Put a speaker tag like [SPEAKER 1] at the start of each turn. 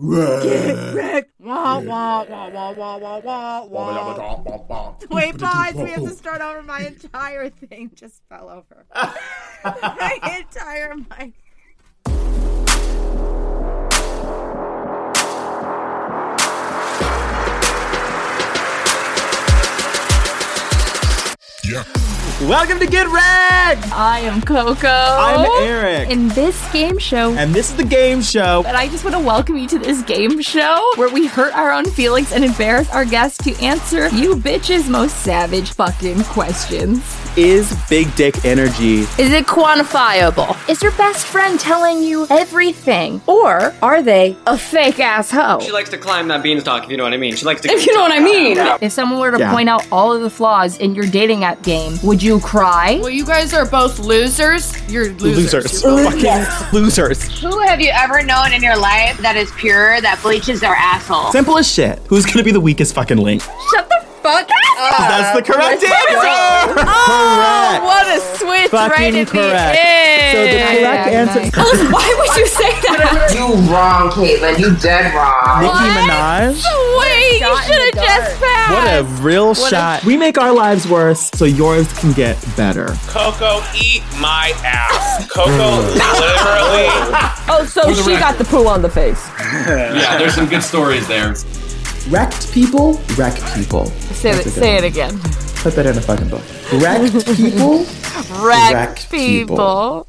[SPEAKER 1] wrecked.
[SPEAKER 2] Get wrecked. Wah, wah, wah, wah, wah, wah, wah, wah. Wait, pause. We have to start over. My entire thing just fell over. my entire mic.
[SPEAKER 1] Welcome to Get Wrecked.
[SPEAKER 3] I am Coco.
[SPEAKER 1] I'm Eric.
[SPEAKER 3] In this game show,
[SPEAKER 1] And this is the game show.
[SPEAKER 3] and I just want to welcome you to this game show where we hurt our own feelings and embarrass our guests to answer you bitches' most savage fucking questions.
[SPEAKER 1] Is big dick energy?
[SPEAKER 3] Is it quantifiable? Is your best friend telling you everything? Or are they a fake ass hoe?
[SPEAKER 4] She likes to climb that beanstalk, if you know what I mean. She likes to.
[SPEAKER 3] If you know what I mean. If someone were to
[SPEAKER 1] Yeah.
[SPEAKER 3] point out all of the flaws in your dating app game, would you cry?
[SPEAKER 5] Well, you guys are both losers. You're losers.
[SPEAKER 1] Losers. Fucking losers.
[SPEAKER 6] Who have you ever known in your life that is pure, that bleaches their asshole?
[SPEAKER 1] Simple as shit. Who's gonna be the weakest fucking link?
[SPEAKER 3] Shut the fuck up!
[SPEAKER 1] That's the correct answer.
[SPEAKER 6] Oh,
[SPEAKER 1] correct.
[SPEAKER 5] What a switch right
[SPEAKER 1] Fucking
[SPEAKER 5] at
[SPEAKER 1] correct.
[SPEAKER 5] the end.
[SPEAKER 1] So the correct answer.
[SPEAKER 3] Alice, why would you say that?
[SPEAKER 7] You wrong, Caitlin. You dead wrong.
[SPEAKER 1] Nicki Minaj.
[SPEAKER 3] Wait, you should have just passed.
[SPEAKER 1] What a real shot. we make our lives worse so yours can get better.
[SPEAKER 8] Coco, eat my ass. Coco, literally.
[SPEAKER 3] Oh, so she got the poo on the face.
[SPEAKER 4] Yeah, there's some good stories there.
[SPEAKER 1] Wrecked people, wreck people.
[SPEAKER 3] Say it, say it again.
[SPEAKER 1] Put that in a fucking book. Wrecked people,
[SPEAKER 3] Wreck
[SPEAKER 1] Wreck
[SPEAKER 3] people.
[SPEAKER 1] people.